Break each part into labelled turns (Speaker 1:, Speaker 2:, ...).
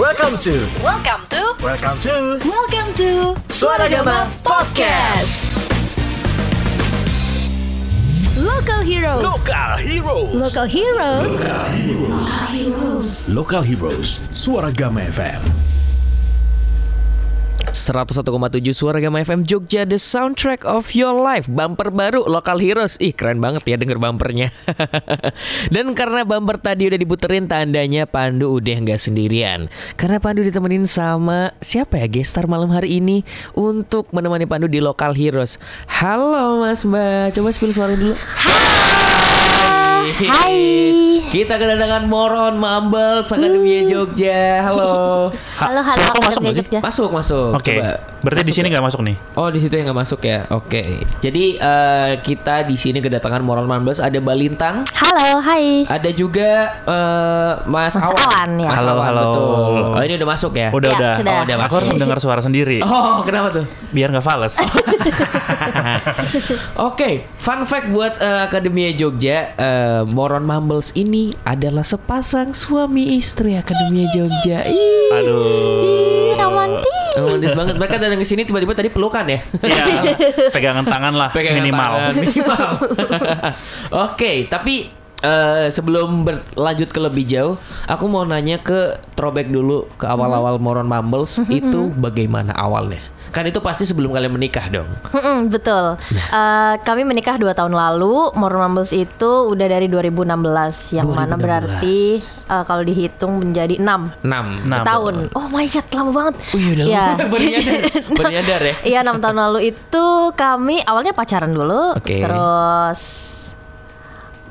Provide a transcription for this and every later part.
Speaker 1: Welcome to
Speaker 2: Welcome to
Speaker 1: Welcome to
Speaker 2: Welcome to
Speaker 1: Suara Gama Podcast.
Speaker 2: Local Heroes
Speaker 1: Local Heroes
Speaker 2: Local Heroes
Speaker 1: Local Heroes Suara Gama FM
Speaker 3: 101,7 Suara Gama FM Jogja The Soundtrack of Your Life Bumper baru Local Heroes Ih keren banget ya denger bumpernya Dan karena bumper tadi udah diputerin Tandanya Pandu udah nggak sendirian Karena Pandu ditemenin sama Siapa ya gestar malam hari ini Untuk menemani Pandu di Local Heroes Halo Mas Mbak Coba spill suara dulu Hai Kita kedatangan Moron Mumble Akademia Jogja Halo
Speaker 4: Halo, halo,
Speaker 5: Suara kok masuk
Speaker 4: Akademia
Speaker 5: nggak sih?
Speaker 4: Jogja.
Speaker 3: Masuk masuk
Speaker 5: Oke,
Speaker 3: Coba.
Speaker 5: berarti di sini nggak masuk nih?
Speaker 3: Oh di situ yang nggak masuk ya. Oke. Jadi eh, kita di sini kedatangan Moral Manbus ada Balintang,
Speaker 4: Halo, hai.
Speaker 3: ada juga eh, Mas,
Speaker 4: Mas
Speaker 3: Awan.
Speaker 4: Awan, ya.
Speaker 3: Mas
Speaker 5: Halo,
Speaker 3: Awan,
Speaker 5: halo.
Speaker 3: betul. Oh ini udah masuk ya.
Speaker 5: Udah
Speaker 4: Ya,
Speaker 5: udah.
Speaker 4: sudah.
Speaker 3: Oh, udah
Speaker 5: Aku
Speaker 3: masuk.
Speaker 5: harus mendengar suara sendiri,
Speaker 3: Oh kenapa tuh?
Speaker 5: biar nggak fals.
Speaker 4: Oh.
Speaker 3: Oke, fun fact buat eh, Akademia Jogja, eh, Moron Mumbles ini adalah sepasang suami istri Akademia Jogja. Ih,
Speaker 5: Aduh.
Speaker 4: Romantis.
Speaker 3: romantis banget. Mereka datang ke sini tiba-tiba tadi pelukan ya.
Speaker 5: Iya, pegangan tangan lah
Speaker 3: Pegangan
Speaker 5: minimal.
Speaker 3: tangan, minimal. Oke, tapi eh, sebelum berlanjut ke lebih jauh, aku mau nanya ke throwback dulu ke awal-awal
Speaker 4: Mm-hmm.
Speaker 3: Moron Mumbles itu bagaimana awalnya? Kan itu pasti sebelum kalian menikah dong.
Speaker 4: Mm-mm, betul. Eh, kami menikah dua tahun lalu. More Mumbles itu udah dari 2016, yang mana
Speaker 3: 2016.
Speaker 4: berarti eh, kalau dihitung menjadi 6
Speaker 3: 6.
Speaker 5: Nah,
Speaker 4: tahun. Oh my god, lama banget.
Speaker 3: Wih, Oh udah
Speaker 4: Iya.
Speaker 3: lama. Baru nyadar. Baru nyadar ya.
Speaker 4: Iya, 6 tahun lalu itu kami awalnya pacaran dulu,
Speaker 3: Oke.
Speaker 4: terus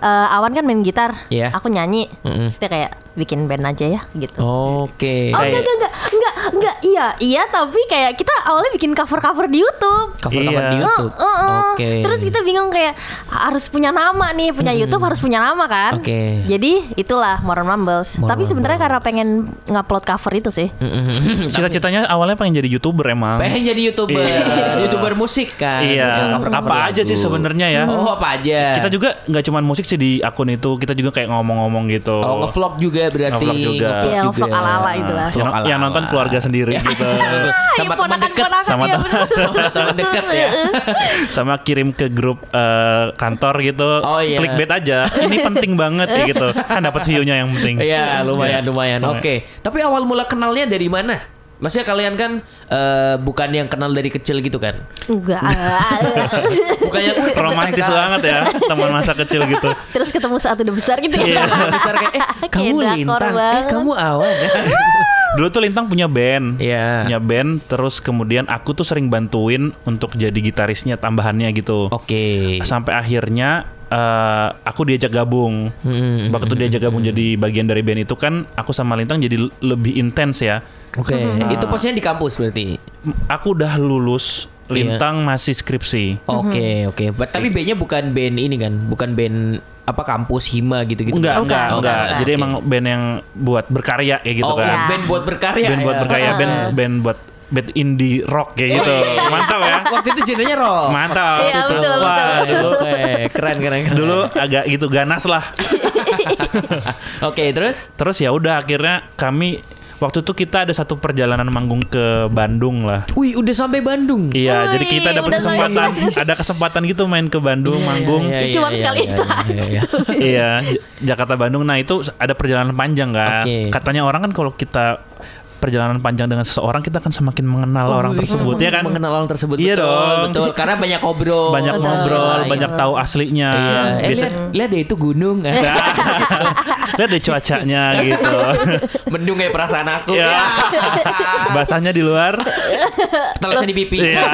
Speaker 4: eh, Awan kan main gitar,
Speaker 3: Iya.
Speaker 4: aku nyanyi.
Speaker 3: Mm-mm.
Speaker 4: Terus dia kayak bikin band aja ya gitu.
Speaker 3: Oke.
Speaker 4: Oh enggak,
Speaker 5: Kayak-
Speaker 4: enggak, enggak, enggak, enggak, iya, iya tapi kayak kita awalnya bikin cover-cover di Youtube
Speaker 3: Cover-cover
Speaker 5: Iya.
Speaker 3: di YouTube.
Speaker 4: Oh, oh, oh.
Speaker 3: Oke.
Speaker 4: Terus kita bingung kayak harus punya nama nih, punya YouTube harus punya nama kan.
Speaker 3: Oke.
Speaker 4: Jadi itulah Moron Mumbles.
Speaker 3: Moron
Speaker 4: Tapi sebenarnya
Speaker 3: Mumbles.
Speaker 4: karena pengen ngupload cover itu sih.
Speaker 5: Cita-citanya awalnya pengen jadi youtuber emang.
Speaker 3: Pengen jadi YouTuber.
Speaker 5: Iya.
Speaker 3: YouTuber musik kan. Yang
Speaker 5: Iya,
Speaker 3: cover-cover
Speaker 5: apa aja
Speaker 3: lagu.
Speaker 5: sih sebenarnya ya?
Speaker 3: Oh, apa aja?
Speaker 5: Kita juga nggak cuman musik sih di akun itu, kita juga kayak ngomong-ngomong gitu.
Speaker 3: Oh, nge-vlog juga berarti.
Speaker 5: Nge-vlog juga.
Speaker 3: Nge-vlog
Speaker 4: Iya, nge-vlog
Speaker 3: juga.
Speaker 4: ala-ala itu lah.
Speaker 5: Yang-
Speaker 3: Vlog Ya.
Speaker 5: yang
Speaker 3: ala-ala.
Speaker 5: nonton keluarga sendiri gitu.
Speaker 3: sama
Speaker 4: Iya,
Speaker 3: teman dekat
Speaker 4: ponakan-ponakan,
Speaker 5: sama
Speaker 4: iya,
Speaker 5: teman-
Speaker 4: bener.
Speaker 3: sama teman dekat ya
Speaker 5: sama kirim ke grup eh, kantor gitu
Speaker 3: Oh, iya.
Speaker 5: clickbait aja ini penting banget ya gitu kan dapat view-nya yang penting
Speaker 3: Iya Nah. lumayan lumayan oke tapi awal mula kenalnya dari mana maksudnya kalian kan eh, bukan yang kenal dari kecil gitu kan
Speaker 4: Enggak.
Speaker 3: bukan yang
Speaker 5: romantis banget ya teman masa kecil gitu
Speaker 4: Terus ketemu saat udah besar gitu
Speaker 5: Iya.
Speaker 3: besar kayak eh
Speaker 4: Kayak
Speaker 3: kamu
Speaker 4: drakor
Speaker 3: lintang eh
Speaker 4: banget.
Speaker 3: kamu awan ya?"
Speaker 5: dulu tuh Lintang punya band
Speaker 3: Iya.
Speaker 5: punya band terus kemudian aku tuh sering bantuin untuk jadi gitarisnya tambahannya gitu
Speaker 3: oke
Speaker 5: sampai akhirnya eh, aku diajak gabung
Speaker 3: Hmm.
Speaker 5: waktu diajak gabung jadi bagian dari band itu kan aku sama Lintang jadi l- lebih intens ya
Speaker 3: oke
Speaker 4: Mm-hmm.
Speaker 3: itu posnya di kampus berarti
Speaker 5: M- aku udah lulus Lintang masih skripsi
Speaker 3: oke oke But- tapi bandnya bukan band ini kan bukan band apa kampus hima gitu gitu
Speaker 5: Enggak, enggak,
Speaker 4: bukan,
Speaker 5: enggak.
Speaker 4: bukan.
Speaker 5: Jadi emang band yang buat berkarya kayak gitu
Speaker 3: oh,
Speaker 5: kan.
Speaker 4: iya.
Speaker 3: band buat berkarya
Speaker 5: Band buat
Speaker 3: ya.
Speaker 5: berkarya, band band buat band indie rock kayak gitu. Mantap ya.
Speaker 3: waktu itu genrenya rock
Speaker 5: Mantap.
Speaker 4: Iya, betul,
Speaker 5: Wah,
Speaker 4: betul.
Speaker 5: dulu-
Speaker 3: Oke, Eh, keren keren keren.
Speaker 5: iya, Dulu agak gitu ganas lah.
Speaker 3: Oke, terus
Speaker 5: Terus ya udah akhirnya kami waktu itu kita ada satu perjalanan manggung ke Bandung lah.
Speaker 3: Wih, udah sampai Bandung.
Speaker 5: Iya,
Speaker 4: Wih,
Speaker 5: jadi kita dapat
Speaker 4: udah
Speaker 5: kesempatan,
Speaker 4: sayang.
Speaker 5: ada kesempatan gitu main ke Bandung manggung. Iya,
Speaker 4: Cuma sekali itu
Speaker 3: iya.
Speaker 5: J- Jakarta Bandung. Nah, itu ada perjalanan panjang kan.
Speaker 3: Oke.
Speaker 5: Katanya orang kan kalau kita perjalanan panjang dengan seseorang kita akan semakin mengenal orang
Speaker 3: Wih,
Speaker 5: tersebut ya
Speaker 3: Oh,
Speaker 5: kan.
Speaker 3: iya, Mengenal orang tersebut.
Speaker 5: Iya
Speaker 3: betul,
Speaker 5: dong.
Speaker 3: Betul, karena banyak ngobrol.
Speaker 5: banyak
Speaker 3: Iya,
Speaker 5: ngobrol,
Speaker 3: iya.
Speaker 5: banyak tahu aslinya.
Speaker 3: Iya. Eh,
Speaker 5: Biasa
Speaker 3: lihat, lihat deh itu gunung.
Speaker 5: Nah, lihat deh cuacanya gitu.
Speaker 3: Mendung kayak perasaan aku.
Speaker 5: ya. Basahnya di luar.
Speaker 3: Terasa di pipi.
Speaker 5: Iya.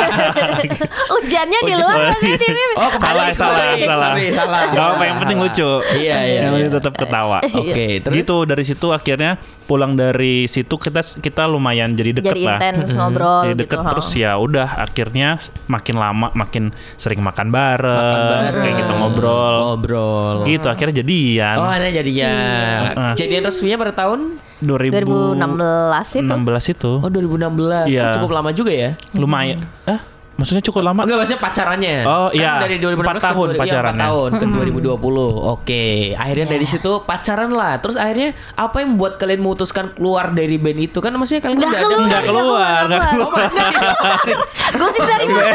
Speaker 4: Hujannya di
Speaker 3: Hujan.
Speaker 4: luar
Speaker 5: Oh,
Speaker 4: masih di mimpi.
Speaker 3: Oh, kebalik,
Speaker 5: salah, salah,
Speaker 3: kebalik.
Speaker 5: salah.
Speaker 3: Sorry, salah.
Speaker 5: Gak apa yang penting lucu.
Speaker 3: Iya, iya,
Speaker 5: Yang penting
Speaker 3: iya.
Speaker 5: tetap ketawa.
Speaker 3: Oke, terus
Speaker 5: Gitu dari situ akhirnya pulang dari situ kita kita lumayan jadi deket
Speaker 4: Jadi
Speaker 5: lah.
Speaker 4: intens ngobrol
Speaker 5: Jadi
Speaker 4: gitu.
Speaker 5: deket
Speaker 4: ha.
Speaker 5: terus ya udah akhirnya makin lama makin sering makan bareng, kayak gitu ngobrol.
Speaker 3: ngobrol.
Speaker 5: Gitu akhirnya jadian.
Speaker 3: Oh, ada jadinya.
Speaker 5: Iya. Heeh.
Speaker 3: Kejadian resminya pada tahun
Speaker 5: 2016
Speaker 4: 2016 itu.
Speaker 5: itu.
Speaker 3: Oh, 2016.
Speaker 5: Iya.
Speaker 3: Oh, cukup lama juga ya.
Speaker 5: Lumayan. Eh, Maksudnya cukup lama?
Speaker 3: Enggak maksudnya pacarannya.
Speaker 5: Oh,
Speaker 3: Kan
Speaker 5: iya.
Speaker 3: dari 2016
Speaker 5: Empat
Speaker 3: ke
Speaker 5: tahun
Speaker 3: dua- iya,
Speaker 5: pacarannya. Iya.
Speaker 3: empat tahun ke 2020. Oke. Akhirnya dari situ pacaran lah. Terus akhirnya apa yang membuat kalian memutuskan keluar dari band itu? Kan maksudnya kalian
Speaker 4: Nggak
Speaker 3: udah ada
Speaker 4: keluar.
Speaker 5: Nggak keluar, nggak keluar.
Speaker 4: Gosip dari mana?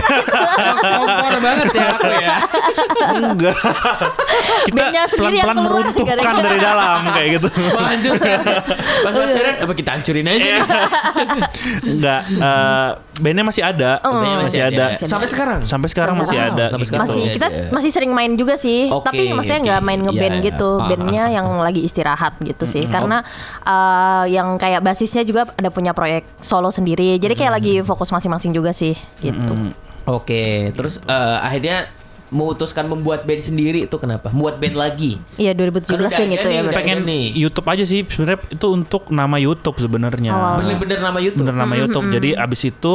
Speaker 3: kompor banget ya aku ya.
Speaker 5: Enggak. Kita
Speaker 4: Bandnya sendiri yang
Speaker 5: pelan-pelan
Speaker 4: keluar,
Speaker 5: meruntuhkan
Speaker 4: gara-gara.
Speaker 5: dari dalam kayak gitu.
Speaker 3: Mau hancur. Pas pacaran apa kita hancurin
Speaker 5: Iya.
Speaker 3: aja.
Speaker 5: Enggak. eh, bandnya masih ada.
Speaker 4: Oh.
Speaker 3: Bandnya
Speaker 5: Oh, Masih ada.
Speaker 3: Sampai sekarang.
Speaker 5: Sampai sekarang masih
Speaker 3: Wow,
Speaker 5: ada.
Speaker 3: sampai
Speaker 5: gitu.
Speaker 3: sekarang.
Speaker 4: masih
Speaker 3: Iya,
Speaker 4: kita
Speaker 3: iya.
Speaker 4: masih sering main juga sih
Speaker 3: Oke,
Speaker 4: tapi maksudnya
Speaker 3: oke.
Speaker 4: nggak main ngeband
Speaker 3: Iya, iya.
Speaker 4: gitu
Speaker 3: Ah,
Speaker 4: bandnya yang lagi istirahat gitu sih karena eh, yang kayak basisnya juga ada punya proyek solo sendiri jadi kayak lagi fokus masing-masing juga sih gitu
Speaker 3: Oke, terus eh, akhirnya memutuskan membuat band sendiri itu kenapa? Membuat band lagi.
Speaker 4: iya 2017
Speaker 3: Kalau udah
Speaker 4: kayak gitu ya
Speaker 3: ada nih,
Speaker 4: berarti.
Speaker 3: udah-
Speaker 5: pengen
Speaker 3: Ada nih.
Speaker 5: YouTube aja sih sebenarnya itu untuk nama YouTube sebenarnya.
Speaker 3: Bener-bener nama YouTube.
Speaker 5: Bener
Speaker 4: Mm-hmm,
Speaker 5: nama YouTube. Jadi abis itu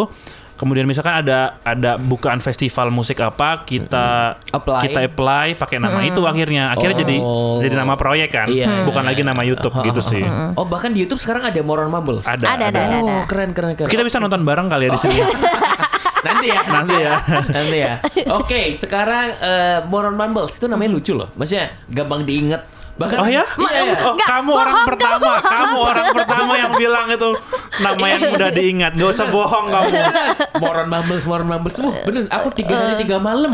Speaker 5: kemudian misalkan ada ada bukaan festival musik apa kita
Speaker 3: Mm-hmm. Apply.
Speaker 5: kita apply pakai nama
Speaker 4: Mm-hmm.
Speaker 5: itu akhirnya akhirnya
Speaker 3: Oh.
Speaker 5: jadi jadi nama proyek kan
Speaker 3: Iya.
Speaker 5: bukan lagi nama YouTube gitu sih
Speaker 3: Oh bahkan di YouTube sekarang ada Moron Mumbles.
Speaker 5: ada
Speaker 4: Ada, ada, ada.
Speaker 3: Oh keren keren keren.
Speaker 5: kita bisa nonton bareng kali ya di sini
Speaker 3: nanti ya
Speaker 5: Nanti ya.
Speaker 3: nanti ya. Oke sekarang eh, Moron Mumbles itu
Speaker 4: Hmm.
Speaker 3: namanya lucu loh. Maksudnya gampang diinget. Bahkan
Speaker 5: oh ya
Speaker 3: Iya, iya.
Speaker 5: oh
Speaker 4: Nggak, bohong,
Speaker 5: kamu
Speaker 4: Iya.
Speaker 5: orang
Speaker 4: kamu
Speaker 5: pertama kamu, orang pertama yang bilang itu nama yang udah diingat gak usah bohong kamu
Speaker 3: Moron Mumbles Moron Mumbles. Wah bener aku tiga hari tiga malam.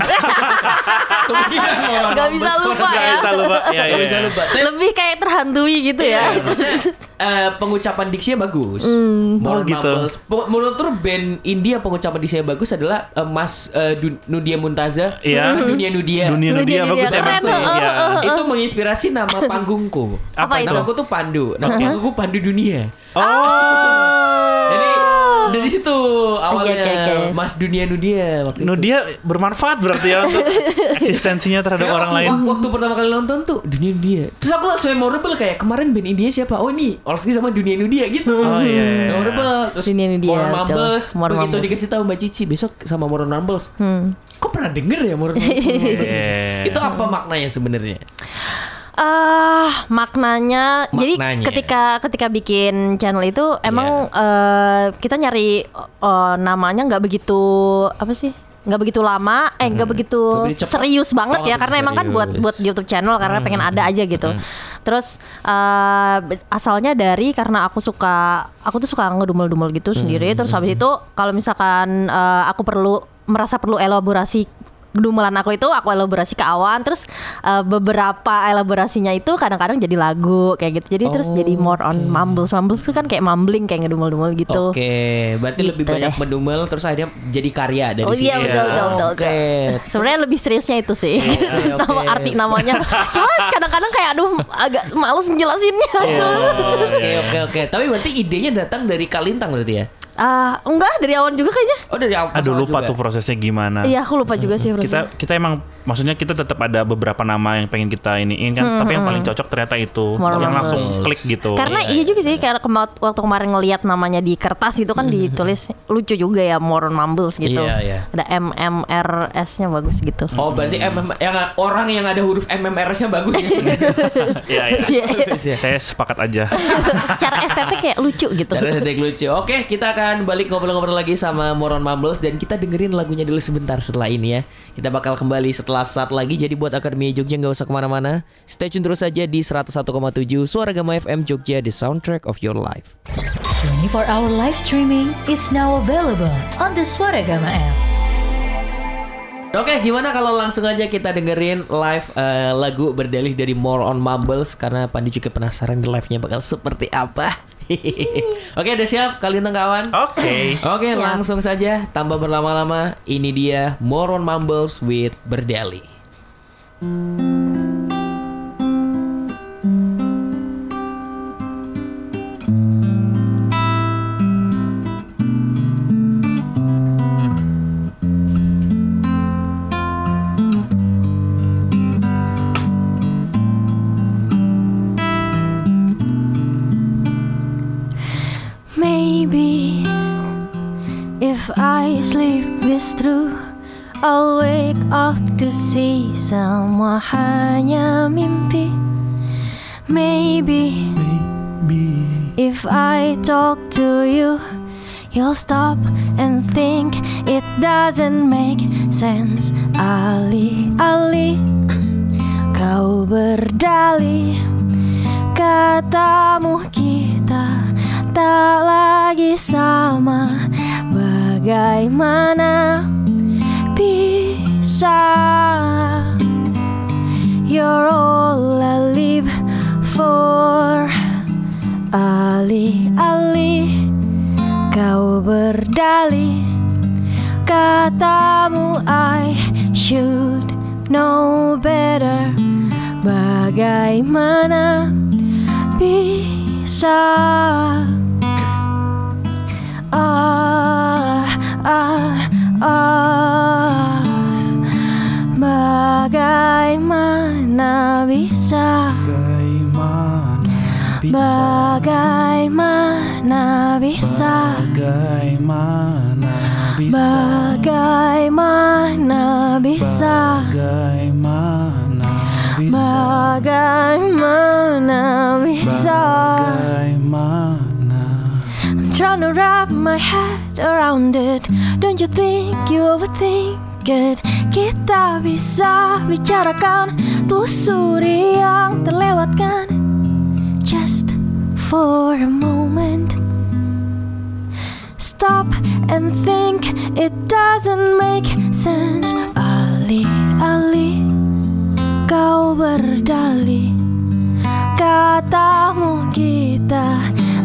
Speaker 3: Kemudian Moron
Speaker 4: Nggak bisa
Speaker 3: Mumbles,
Speaker 4: lupa
Speaker 3: Moron
Speaker 4: ya.
Speaker 5: Gak bisa lupa ya,
Speaker 3: Nggak bisa lupa. Tapi
Speaker 4: lebih kayak terhantui gitu ya
Speaker 3: Iya, maksudnya, eh, pengucapan diksinya bagus. Moron
Speaker 4: Hmm.
Speaker 5: Oh, gitu.
Speaker 3: Mumbles. Pe- Menurut tuh band India pengucapan diksinya bagus adalah eh, Mas eh, Dun- Nudia Muntaza.
Speaker 5: Iya.
Speaker 3: Itu Dunia Nudia. Nah,
Speaker 5: dunia dunia
Speaker 4: Dunia-dunia
Speaker 5: bagus ya
Speaker 4: keren,
Speaker 5: Mas.
Speaker 4: oh,
Speaker 5: Iya.
Speaker 3: itu menginspirasi nama panggungku.
Speaker 5: Apa
Speaker 4: itu? Uh-huh.
Speaker 3: Nama aku tuh Pandu. Nama panggungku Pandu Dunia.
Speaker 5: oh
Speaker 3: Jadi dari situ awalnya
Speaker 4: Oke, oke, oke.
Speaker 3: Mas Dunia Nudia waktu itu.
Speaker 5: Nudia bermanfaat berarti ya untuk eksistensinya terhadap
Speaker 3: Kayak
Speaker 5: orang
Speaker 3: aku-
Speaker 5: lain.
Speaker 3: wak- Waktu pertama kali nonton tuh Dunia Nudia. Terus aku langsung memorable kayak kemarin band India siapa? Oh ini Olski sama Dunia Nudia gitu.
Speaker 5: Oh, iya, iya, iya.
Speaker 3: Memorable. Terus
Speaker 4: Dunia Nudia,
Speaker 3: Moron
Speaker 4: betul.
Speaker 3: Mumbles.
Speaker 4: Moron
Speaker 3: Begitu
Speaker 4: Mumbles.
Speaker 3: dikasih tahu Mbak Cici besok sama Moron Mumbles.
Speaker 4: Hmm.
Speaker 3: Kok pernah denger ya Moron Mumbles? Moron Mumbles?
Speaker 5: Iya.
Speaker 3: Itu apa maknanya sebenarnya?
Speaker 4: Ah, maknanya, jadi
Speaker 3: Maknanya. Iya.
Speaker 4: ketika ketika bikin channel itu emang eh, kita nyari eh, namanya nggak begitu apa sih? nggak begitu lama, eh nggak begitu
Speaker 3: Hmm. Nggak begitu cepat.
Speaker 4: serius banget
Speaker 3: Oh,
Speaker 4: ya
Speaker 3: nggak
Speaker 4: karena
Speaker 3: begitu
Speaker 4: emang kan buat
Speaker 3: serius.
Speaker 4: buat YouTube channel karena pengen
Speaker 3: Hmm.
Speaker 4: ada aja gitu. Terus eh, be- asalnya dari karena aku suka aku tuh suka ngedumel-dumel gitu
Speaker 3: Hmm.
Speaker 4: sendiri. Terus habis itu kalau misalkan eh, aku perlu merasa perlu elaborasi dumelan aku itu aku elaborasi ke awan terus uh, beberapa elaborasinya itu kadang-kadang jadi lagu kayak gitu jadi terus jadi
Speaker 3: Oh,
Speaker 4: more on mumbles mumbles itu kan kayak mumbling kayak ngedumel-dumel gitu
Speaker 3: Oke, berarti lebih
Speaker 4: Gitu
Speaker 3: banyak
Speaker 4: deh.
Speaker 3: mendumel terus akhirnya jadi karya dari
Speaker 4: oh
Speaker 3: sini.
Speaker 4: iya betul betul betul,
Speaker 3: Oke.
Speaker 4: betul. sebenarnya lebih seriusnya itu sih
Speaker 3: Oh, Oke, oke.
Speaker 4: nama arti namanya cuma kadang-kadang kayak aduh agak males ngejelasinnya
Speaker 3: Iya.
Speaker 4: Gitu. itu
Speaker 5: Oh, iya,
Speaker 3: Oke, oke, oke. Tapi berarti idenya datang dari Kalintang berarti ya?
Speaker 4: Ah, enggak dari awan juga kayaknya
Speaker 3: Oh, dari awal
Speaker 5: Aduh
Speaker 3: awal
Speaker 5: lupa
Speaker 3: juga.
Speaker 5: tuh prosesnya gimana.
Speaker 4: iya aku lupa juga sih prosesnya.
Speaker 5: Ah. Kita kita emang maksudnya kita tetap ada beberapa nama yang pengen kita iniin kan, tapi yang paling cocok ternyata itu
Speaker 4: Moral
Speaker 5: yang langsung
Speaker 3: values.
Speaker 5: klik gitu.
Speaker 4: Karena iya, juga sih kayak kema- waktu kemarin ngelihat namanya di kertas itu kan
Speaker 5: Hmm.
Speaker 4: ditulis lucu juga ya Moron Mumbles gitu.
Speaker 3: Iya, iya.
Speaker 4: Ada MMRS-nya bagus gitu.
Speaker 3: Oh, berarti MM yang orang yang ada huruf MMRS-nya bagus ya.
Speaker 5: Iya, iya.
Speaker 4: Iya.
Speaker 3: Bagus ya.
Speaker 5: Saya sepakat aja.
Speaker 4: Cara estetik kayak lucu gitu.
Speaker 3: Cara detik lucu. Oke, kita akan balik ngobrol-ngobrol lagi sama Moron Mumbles dan kita dengerin lagunya dulu sebentar setelah ini ya. Kita bakal kembali setelah saat lagi. Jadi buat Akademi Jogja nggak usah kemana-mana. Stay tune terus saja di 101,7 Suara Gama FM Jogja the soundtrack of your life.
Speaker 6: 24-hour live streaming is now available on the Swaragama app.
Speaker 3: Oke, gimana kalau langsung aja kita dengerin live eh, lagu berdalih dari More on Mumbles karena Pandi juga penasaran di live-nya bakal seperti apa. Oke, udah siap kalian kawan?
Speaker 5: Oke.
Speaker 4: Iya.
Speaker 3: Oke, langsung saja tanpa berlama-lama. Ini dia More on Mumbles with Berdali.
Speaker 7: Maybe if I sleep this through, I'll wake up to see semua hanya mimpi. Maybe, if I talk to you, You'll stop and think it doesn't make sense. Alih-alih kau berdalih, katamu kita tak lagi sama. Bagaimana bisa? You're all I live for Alih-alih kau berdalih Katamu I should know better Bagaimana bisa Ah, ah, ah Bagaimana bisa
Speaker 5: Bagaimana
Speaker 7: Bagaimana bisa
Speaker 5: Bagaimana
Speaker 7: Bagaimana bisa
Speaker 5: Bagaimana
Speaker 7: Bagaimana bisa
Speaker 5: Bagaimana
Speaker 7: I'm trying to wrap my head around it Don't you think you overthink it Kita bisa bicarakan Telusuri yang terlewatkan Just for a moment Stop and think It doesn't make sense Alih-alih Kau berdalih Katamu kita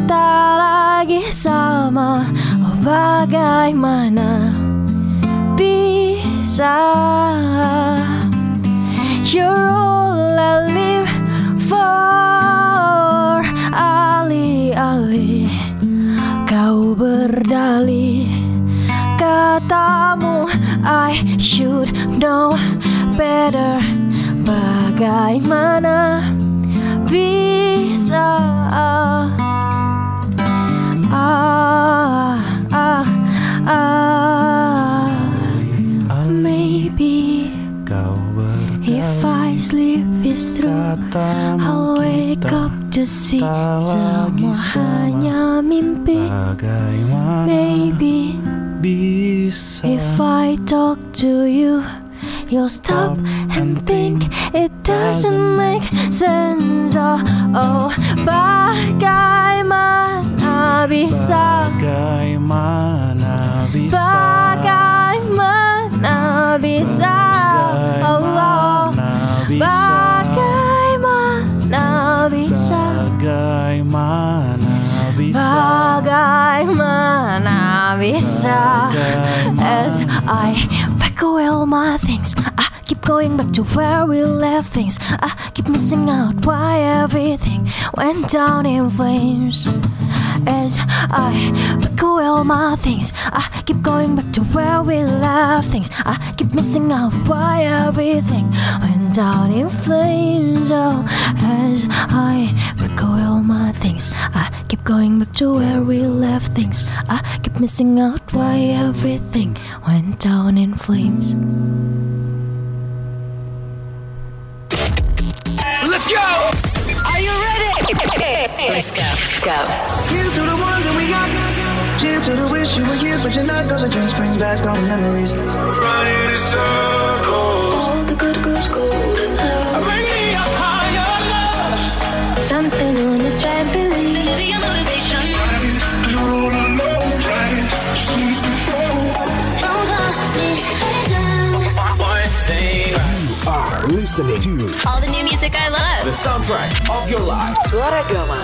Speaker 7: tak lagi sama Oh bagaimana bisa You're all I live for Alih-alih kau berdalih Katamu I should know better Bagaimana bisa ah ah ah maybe
Speaker 5: Kau
Speaker 7: if I sleep this through I'll
Speaker 5: berkatamu
Speaker 7: wake
Speaker 5: kita
Speaker 7: up to see
Speaker 5: tak lagi
Speaker 7: semua
Speaker 5: sama.
Speaker 7: hanya mimpi
Speaker 5: Bagaimana
Speaker 7: maybe
Speaker 5: bisa
Speaker 7: If I talk to you, you'll stop and think it doesn't make sense. Oh, oh bagaimana bisa?
Speaker 5: Bagaimana bisa
Speaker 7: Bagaimana bisa? Allah,
Speaker 5: Bagaimana bisa
Speaker 7: bagaimana bisa?
Speaker 5: Bagaimana bisa
Speaker 7: Bagaimana bisa? As I pack away all my things, I keep going back to where we left things. I keep missing out why everything went down in flames. As I pack away all my things, I keep going back to where we left things. I keep missing out why everything went down in flames. Oh, as I pack away all my things, I keep going back to where we left things. I keep missing out why everything went down in flames.
Speaker 8: Are you ready? Let's go. Go.
Speaker 9: Here's to the ones that we got. Cheers to the wish you were here, but you're not. Cause the drinks bring back all the memories.
Speaker 10: Running in circles.
Speaker 8: All the good girls go to hell.
Speaker 10: Bring me up higher, love.
Speaker 8: Jumping on a trampoline.
Speaker 10: You wanna know, right? Just lose control.
Speaker 8: Don't hold me down.
Speaker 10: One thing.
Speaker 1: Are listening to
Speaker 8: All the new music I love.
Speaker 1: the soundtrack of your life.
Speaker 8: Suara Gama.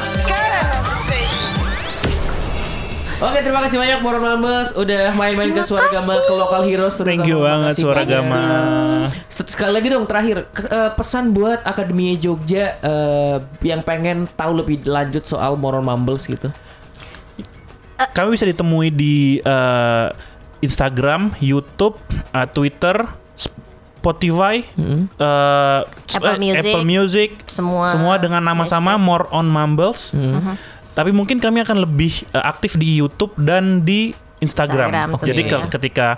Speaker 3: Oke terima kasih banyak Moron Malmes udah main-main ke suara gama ke lokal heroes
Speaker 5: Thank you banget suara gama
Speaker 3: Se- Sekali lagi dong terakhir ke- eh, pesan buat Akademi Jogja eh, yang pengen tahu lebih lanjut soal Moron Mumbles gitu.
Speaker 5: Kami bisa ditemui di eh, Instagram, Youtube, eh, Twitter Spotify, eh, s-
Speaker 4: Apple
Speaker 5: eh,
Speaker 4: Music.
Speaker 5: Apple Music,
Speaker 4: Semua. Hmm.
Speaker 5: semua dengan nama sama More on Mumbles. Tapi mungkin kami akan lebih eh, aktif di YouTube dan di Instagram.
Speaker 4: Instagram,
Speaker 5: Oke. Jadi
Speaker 4: tentunya.
Speaker 5: ke- ketika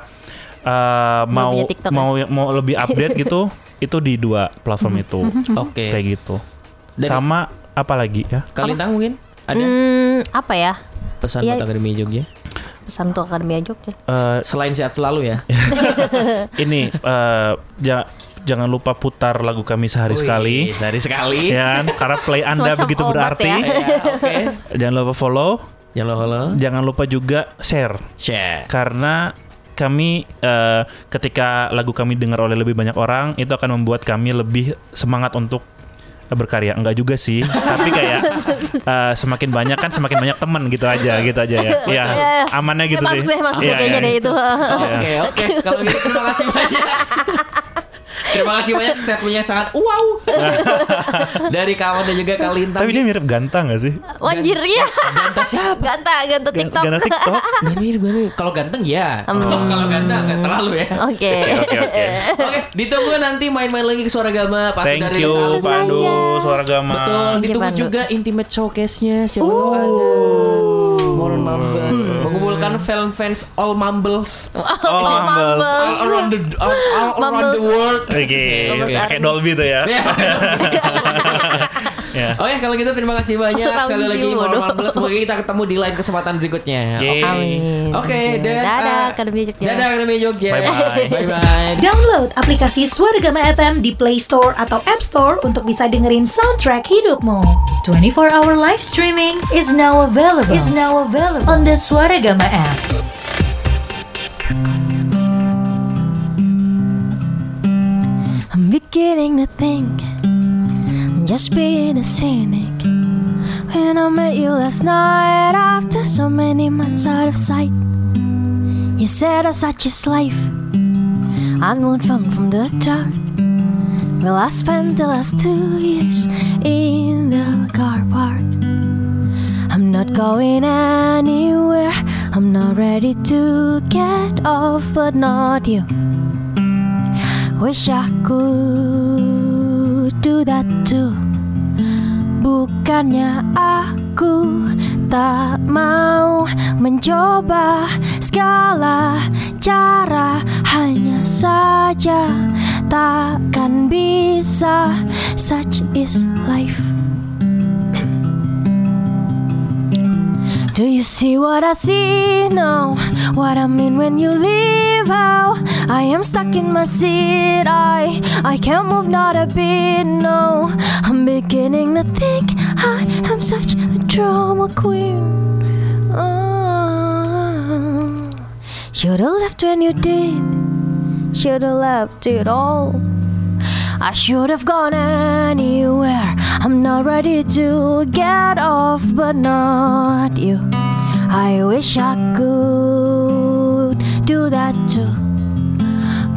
Speaker 5: eh, mau
Speaker 4: punya TikTok, ya?
Speaker 5: mau mau lebih update gitu, itu di dua platform
Speaker 4: Hmm.
Speaker 5: itu.
Speaker 4: Mhm.
Speaker 3: Oke.
Speaker 5: Kayak gitu.
Speaker 3: Dan-
Speaker 5: Sama apa lagi ya?
Speaker 3: Kalian tahu mungkin ada
Speaker 4: Hmm, apa ya?
Speaker 3: pesan
Speaker 4: Iya.
Speaker 3: buat Akademi Jogja?
Speaker 4: pesan untuk Akademia Jogja?
Speaker 5: Eh,
Speaker 3: Selain sehat selalu ya.
Speaker 5: ini eh, ja- jangan lupa putar lagu kami sehari sekali.
Speaker 3: Wih, Sehari sekali. Ya.
Speaker 5: Ya, kan? karena play Anda
Speaker 4: Semacam
Speaker 5: begitu
Speaker 4: obat
Speaker 5: berarti.
Speaker 4: ya.
Speaker 3: Oke.
Speaker 5: Jangan lupa follow,
Speaker 3: Ya lo halo.
Speaker 5: jangan lupa juga share
Speaker 3: Cek.
Speaker 5: karena kami eh, ketika lagu kami dengar oleh lebih banyak orang itu akan membuat kami lebih semangat untuk berkarya enggak juga sih tapi kayak eh, semakin banyak kan semakin banyak teman gitu aja gitu aja ya Iya, amannya gitu
Speaker 4: ya,
Speaker 5: sih
Speaker 4: masuk deh, masuk
Speaker 5: Iya,
Speaker 4: deh kayaknya
Speaker 5: iya.
Speaker 4: deh itu.
Speaker 3: Oh, Oke, oke. Kalau gitu terima kasih banyak. Terima kasih banyak statementnya sangat wow dari kawan dan juga Kalintang.
Speaker 5: tapi dia mirip gantang gak sih
Speaker 4: Wajir ya.
Speaker 3: Ganta siapa?
Speaker 4: Ganta, ganta TikTok.
Speaker 5: gantang tiktok
Speaker 3: Dia mirip banget. Kalau ganteng ya.
Speaker 4: Hmm.
Speaker 3: Kalau ganteng nggak terlalu ya.
Speaker 4: Oke.
Speaker 5: oke oke
Speaker 4: Iya.
Speaker 3: Oke, ditunggu nanti main-main lagi ke Suara Gama pas
Speaker 5: thank
Speaker 3: sudah rilis
Speaker 5: you
Speaker 3: album.
Speaker 5: Pandu suara gama
Speaker 3: Betul, ditunggu
Speaker 4: Pandu.
Speaker 3: juga intimate showcase-nya siapa tahu ada. Moron Mumbles
Speaker 5: Hmm.
Speaker 3: mengumpulkan fan fans all Mumbles
Speaker 5: oh humble
Speaker 4: Mumbles.
Speaker 3: all around the all, all
Speaker 4: Mumbles.
Speaker 3: around the world.
Speaker 5: oke
Speaker 4: Mumbles
Speaker 5: kayak
Speaker 4: Army.
Speaker 5: Dolby tuh ya
Speaker 3: Ya.
Speaker 5: Ya.
Speaker 3: Oke, kalau gitu terima kasih banyak
Speaker 4: Round
Speaker 3: sekali lagi
Speaker 4: you,
Speaker 3: Moron
Speaker 4: bodoh.
Speaker 3: Mumbles. Semoga kita ketemu di lain kesempatan berikutnya.
Speaker 5: Yeay.
Speaker 3: Oke, dan
Speaker 4: Dadah,
Speaker 3: eh,
Speaker 4: Akademi Jogja.
Speaker 3: Dadah Akademi Jogja.
Speaker 5: Bye-bye.
Speaker 3: Bye bye.
Speaker 6: Download aplikasi Suaragama FM di Play Store atau App Store untuk bisa dengerin soundtrack hidupmu.
Speaker 7: 24-hour live streaming is now available.
Speaker 6: Is now available on the Suaragama app.
Speaker 7: I'm beginning to think I'm just being a cynic. When I met you last night, after so many months out of sight, you said I such a slave. Unwound from from the dark. Well, I spent the last two years in the car park. I'm not going anywhere. I'm not ready to get off, but not you. Wish I could do that too Bukannya aku tak mau mencoba segala cara Hanya saja takkan bisa Such is life Do you see what I see now? What I mean when you leave out? I am stuck in my seat. I I can't move not a bit. No, I'm beginning to think I am such a drama queen. Oh, Should've left when you did. Should've left it all. I should have gone anywhere. I'm not ready to get off, but not you. I wish I could do that too.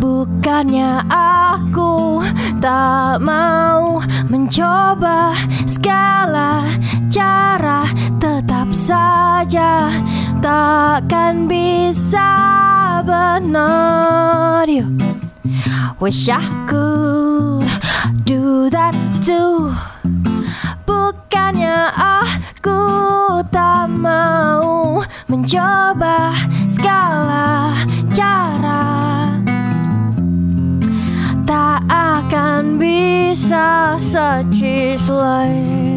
Speaker 7: Bukannya aku tak mau mencoba segala cara, tetap saja takkan bisa benar you. Wish I could do that too Bukannya aku tak mau mencoba segala cara Tak akan bisa such is life